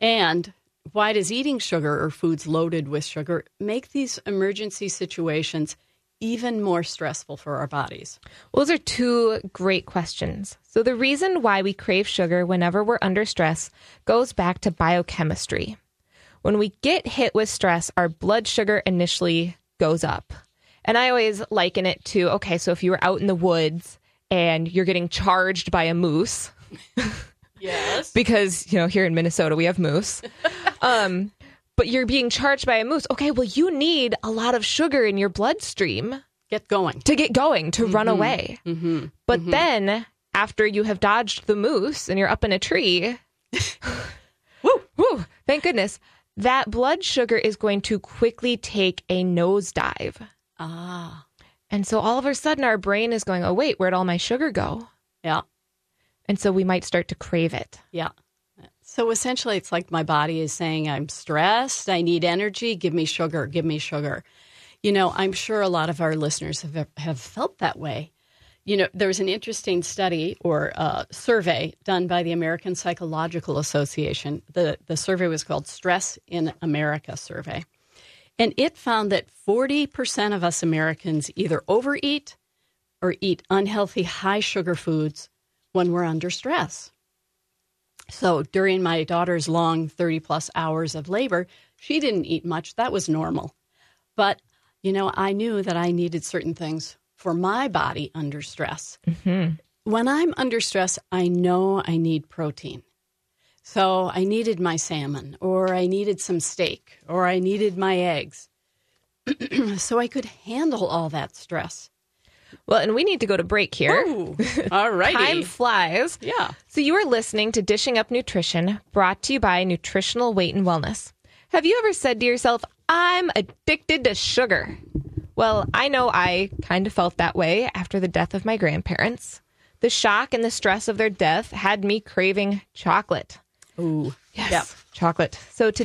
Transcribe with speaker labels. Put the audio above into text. Speaker 1: And why does eating sugar or foods loaded with sugar make these emergency situations even more stressful for our bodies?
Speaker 2: Well, those are two great questions. So, the reason why we crave sugar whenever we're under stress goes back to biochemistry. When we get hit with stress, our blood sugar initially goes up. And I always liken it to okay, so if you were out in the woods and you're getting charged by a moose,
Speaker 1: Yes.
Speaker 2: because you know here in Minnesota we have moose. um, but you're being charged by a moose. Okay, well you need a lot of sugar in your bloodstream
Speaker 1: Get going.
Speaker 2: to get going, to run away. But then after you have dodged the moose and you're up in a tree, woo, woo, thank goodness, that blood sugar is going to quickly take a nosedive.
Speaker 1: Ah,
Speaker 2: And so all of a sudden our brain is going, oh, wait, where'd all my sugar go?
Speaker 1: yeah,
Speaker 2: And so we might start to crave it.
Speaker 1: yeah. So essentially, it's like my body is saying, I'm stressed, I need energy, give me sugar, give me sugar. You know, I'm sure a lot of our listeners have, have felt that way. You know, there was an interesting study or uh, survey done by the American Psychological Association. The, the survey was called Stress in America Survey. And it found that 40% of us Americans either overeat or eat unhealthy, high sugar foods when we're under stress. So during my daughter's long 30 plus hours of labor, she didn't eat much. That was normal. But, you know, I knew that I needed certain things for my body under stress. When I'm under stress, I know I need protein. So I needed my salmon, or I needed some steak, or I needed my eggs. so I could handle all that stress.
Speaker 2: Well, and we need to go to break here.
Speaker 1: all
Speaker 2: Time flies.
Speaker 1: Yeah.
Speaker 2: So you are listening to Dishing Up Nutrition, brought to you by Nutritional Weight and Wellness. Have you ever said to yourself, I'm addicted to sugar? Well, I know I kind of felt that way after the death of my grandparents. The shock and the stress of their death had me craving chocolate.
Speaker 1: Ooh.
Speaker 2: Yes. Chocolate. So today